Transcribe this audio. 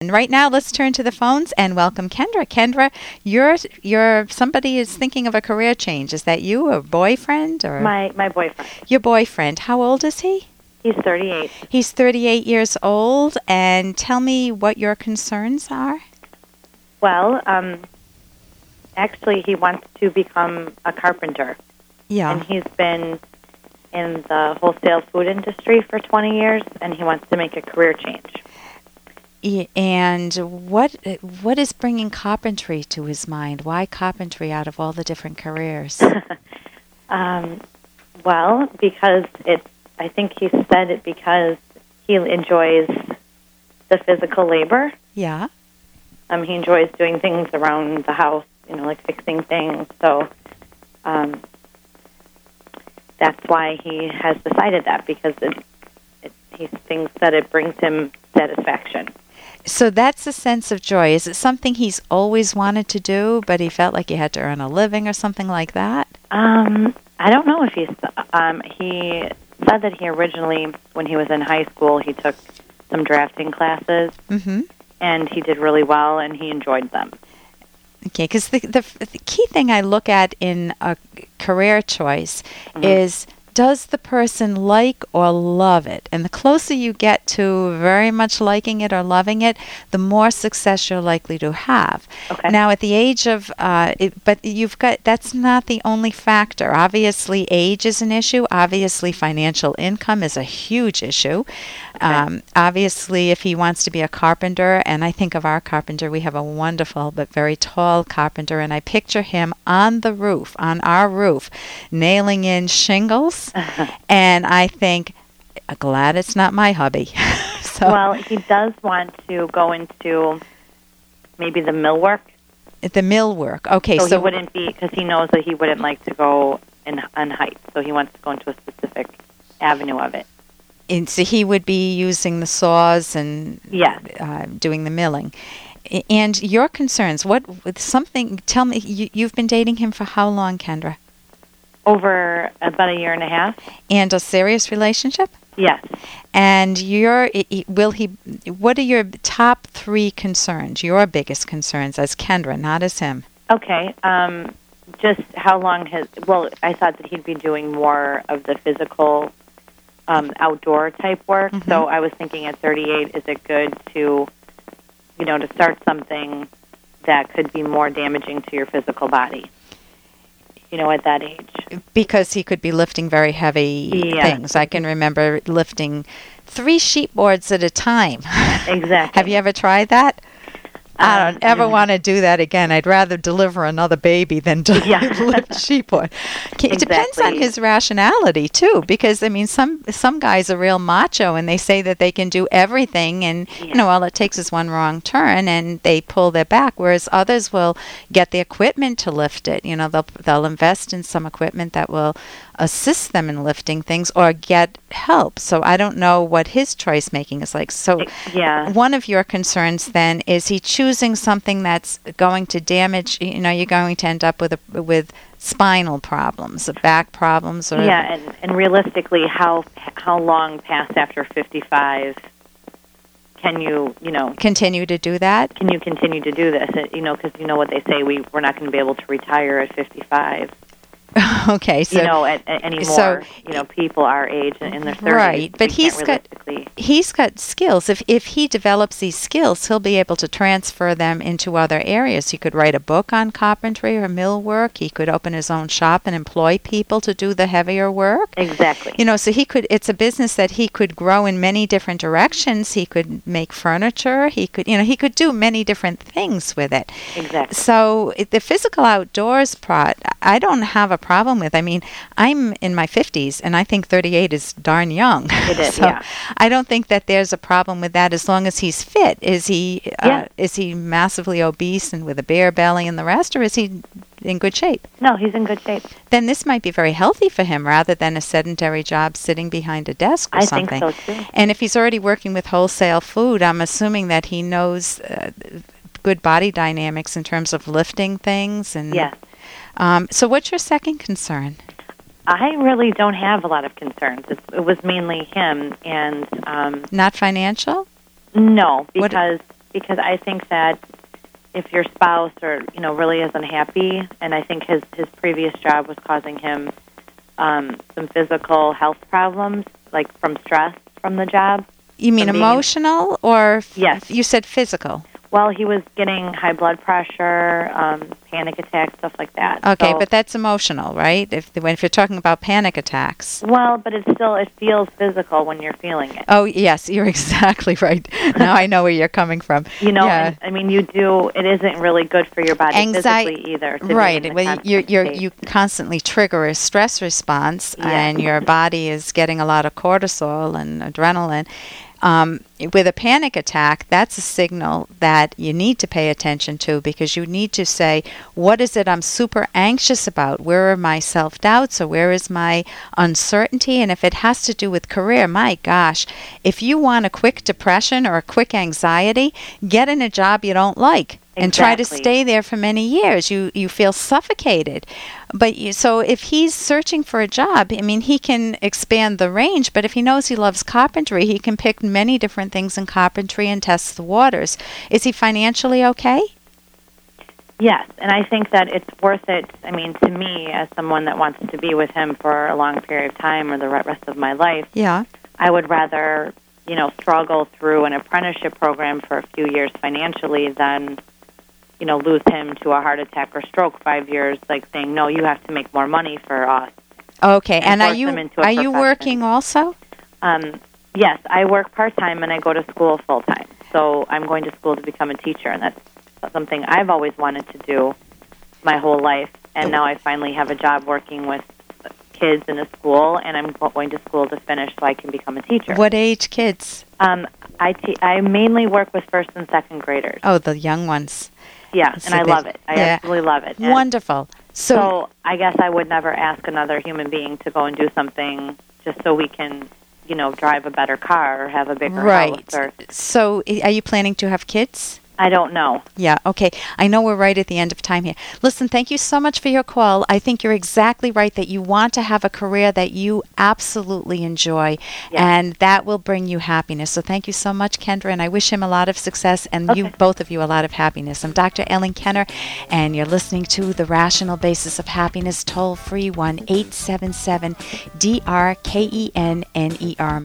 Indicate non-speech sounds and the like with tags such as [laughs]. And right now, let's turn to the phones and welcome Kendra. Kendra, you're, you're somebody is thinking of a career change. Is that you, or boyfriend, or My my boyfriend. your boyfriend? How old is he? He's 38. He's 38 years old, and tell me what your concerns are. Well, um, actually, he wants to become a carpenter, and Yeah. he's been in the wholesale food industry for 20 years, and he wants to make a career change. [laughs] E- And what what is bringing carpentry to his mind? Why carpentry out of all the different careers? Um, well, because it, I think he said it because he enjoys the physical labor. yeah. Um, he enjoys doing things around the house, you know, like fixing things. So um, that's why he has decided that because it, it, he thinks that it brings him satisfaction. So that's a sense of joy. Is it something he's always wanted to do, but he felt like he had to earn a living or something like that? Um, I don't know if he's. Um, he said that he originally, when he was in high school, he took some drafting classes Mm-hmm. and he did really well and he enjoyed them. Okay, because the, the f- the key thing I look at in a c- career choice Mhm. is does the person like or love it? And the closer you get to very much liking it or loving it, the more success you're likely to have. Okay. Now, at the age of, uh, it, but you've got, that's not the only factor. Obviously, age is an issue. Obviously, financial income is a huge issue. Um, obviously, if he wants to be a carpenter, and I think of our carpenter, we have a wonderful but very tall carpenter, and I picture him on the roof, on our roof, nailing in [laughs] shingles, and I think, "I'm glad it's not my hobby. [laughs] so Well, he does want to go into maybe the millwork, the mill work. Okay, so, so, he wouldn't be because he knows that he wouldn't like to go in on heights, so he wants to go into a specific avenue of it. and so he would be using the saws and Yes. uh, doing the milling. A- And your concerns? What with something? Tell me. You, you've been dating him for how long, Kendra? Over about a year and a half. And a serious relationship? Yes. And your i- i- will he? What are your top three concerns? Your biggest concerns as Kendra, not as him. Okay. Um, just how long has? Well, I thought that he'd be doing more of the physical, um, outdoor type work. Mhm. So I was thinking, at 38, is it good to, you know, to start something that could be more damaging to your physical body? You know, at that age. because he could be lifting very heavy Yeah. things. I can remember lifting three sheet boards at a time. [laughs] Exactly. Have you ever tried that? I Um, don't ever no. want to do that again. I'd rather deliver another baby than [laughs] to Yeah. lift sheet board. K- It depends on Exactly. his rationality too, because I mean, some some guys are real macho and they say that they can do everything, and you Yeah. know, all it takes is one wrong turn and they pull their back. Whereas others will get the equipment to lift it. You know, they'll they'll invest in some equipment that will assist them in lifting things or get help. So I don't know what his choice making is like. So Yeah. one of your concerns then is he choosing something that's going to damage you know you're going to end up with a with spinal problems or back problems or Yeah, and, and realistically, how how long past after 55 can you you know continue to do that [laughs] can you continue to do this? It, you know, because you know what they say we we're not going to be able to retire at 55. okay so you know, at, at anymore. so- you know, people our age and in their 30s. Right, but we he's can't got- realistically- he's got skills if if he develops these skills he'll be able to transfer them into other areas he could write a book on carpentry or mill work he could open his own shop and employ people to do the heavier work exactly. you know so he could it's a business that he could grow in many different directions he could make furniture he could you know he could do many different things with it exactly. so it- the physical outdoors part i don't have a problem with i mean i'm in my 50s and i think 38 is darn young It [laughs] is, so yeah. i don't think that there's a problem with that as long as he's fit is he uh, Yeah. is he massively obese and with a bare belly and the rest or is he in good shape No, he's in good shape. then this might be very healthy for him rather than a sedentary job sitting behind a desk or I something. Mm-hmm. think so too. And if he's already working with wholesale food, I'm assuming that he knows uh, good body dynamics in terms of lifting things and Yes. Um, so what's your second concern? I really don't have a lot of concerns. It's, it was mainly him, and um, Not financial? no, What- because because I think that if your spouse or you know really isn't happy, and I think his his previous job was causing him um, some physical health problems, like from stress from the job. You mean From being- emotional or f- Yes. You said physical. Well, he was getting high blood pressure, um, panic attacks, stuff like that. Okay, So- but that's emotional, right? If when if you're talking about panic attacks. well, but it's still it feels physical when you're feeling it. Oh yes, you're [laughs] exactly right. now I know where you're coming from. You know, Yeah. and, I mean, you do. It isn't really good for your body Anxi- physically either. to be in Right. the Well, constant you you state. you constantly trigger a stress response, Yeah. and [laughs] your body is getting a lot of cortisol and adrenaline. Um, with a panic attack, that's a signal that you need to pay attention to because you need to say, "What is it I'm super anxious about? Where are my self doubts, or where is my uncertainty?" And if it has to do with career, my gosh, if you want a quick depression or a quick anxiety, get in a job you don't like and try to Exactly. stay stay there for many years. You you feel suffocated. But you, so if he's searching for a job, I mean, he can expand the range. But if he knows he loves carpentry, he can pick many different things in carpentry and test the waters. Is he financially okay? Yes, and I think that it's worth it. I mean, to me, as someone that wants to be with him for a long period of time or the re- rest of my life, Yeah. I would rather, you know, struggle through an apprenticeship program for a few years financially than, you know, lose him to a heart attack or stroke five years, like saying, no, you have to make more money for uh, us. Okay. And, And are force you them into a are you profession. working also? Um, yes, I work part time and I go to school full time. So I'm going to school to become a teacher, and that's something I've always wanted to do my whole life. And now I finally have a job working with kids in a school, and I'm go- going to school to finish so I can become a teacher. What age kids? Um, I, te- I mainly work with first and second graders. Oh, the young ones. Yeah, So and I they- love it. I yeah. absolutely love it. And Wonderful. So, so I guess I would never ask another human being to go and do something just so we can, you know, drive a better car or have a bigger right. house or So i- are you planning to have kids? I don't know. Yeah, okay. I know we're right at the end of time here. Listen, thank you so much for your call. I think you're exactly right that you want to have a career that you absolutely enjoy, Yes. and that will bring you happiness. So thank you so much, Kendra, and I wish him a lot of success and you, Okay. both of you, a lot of happiness. I'm Dr. Ellen Kenner, and you're listening to The Rational Basis of Happiness, toll free 1 877 D R K E N N E R.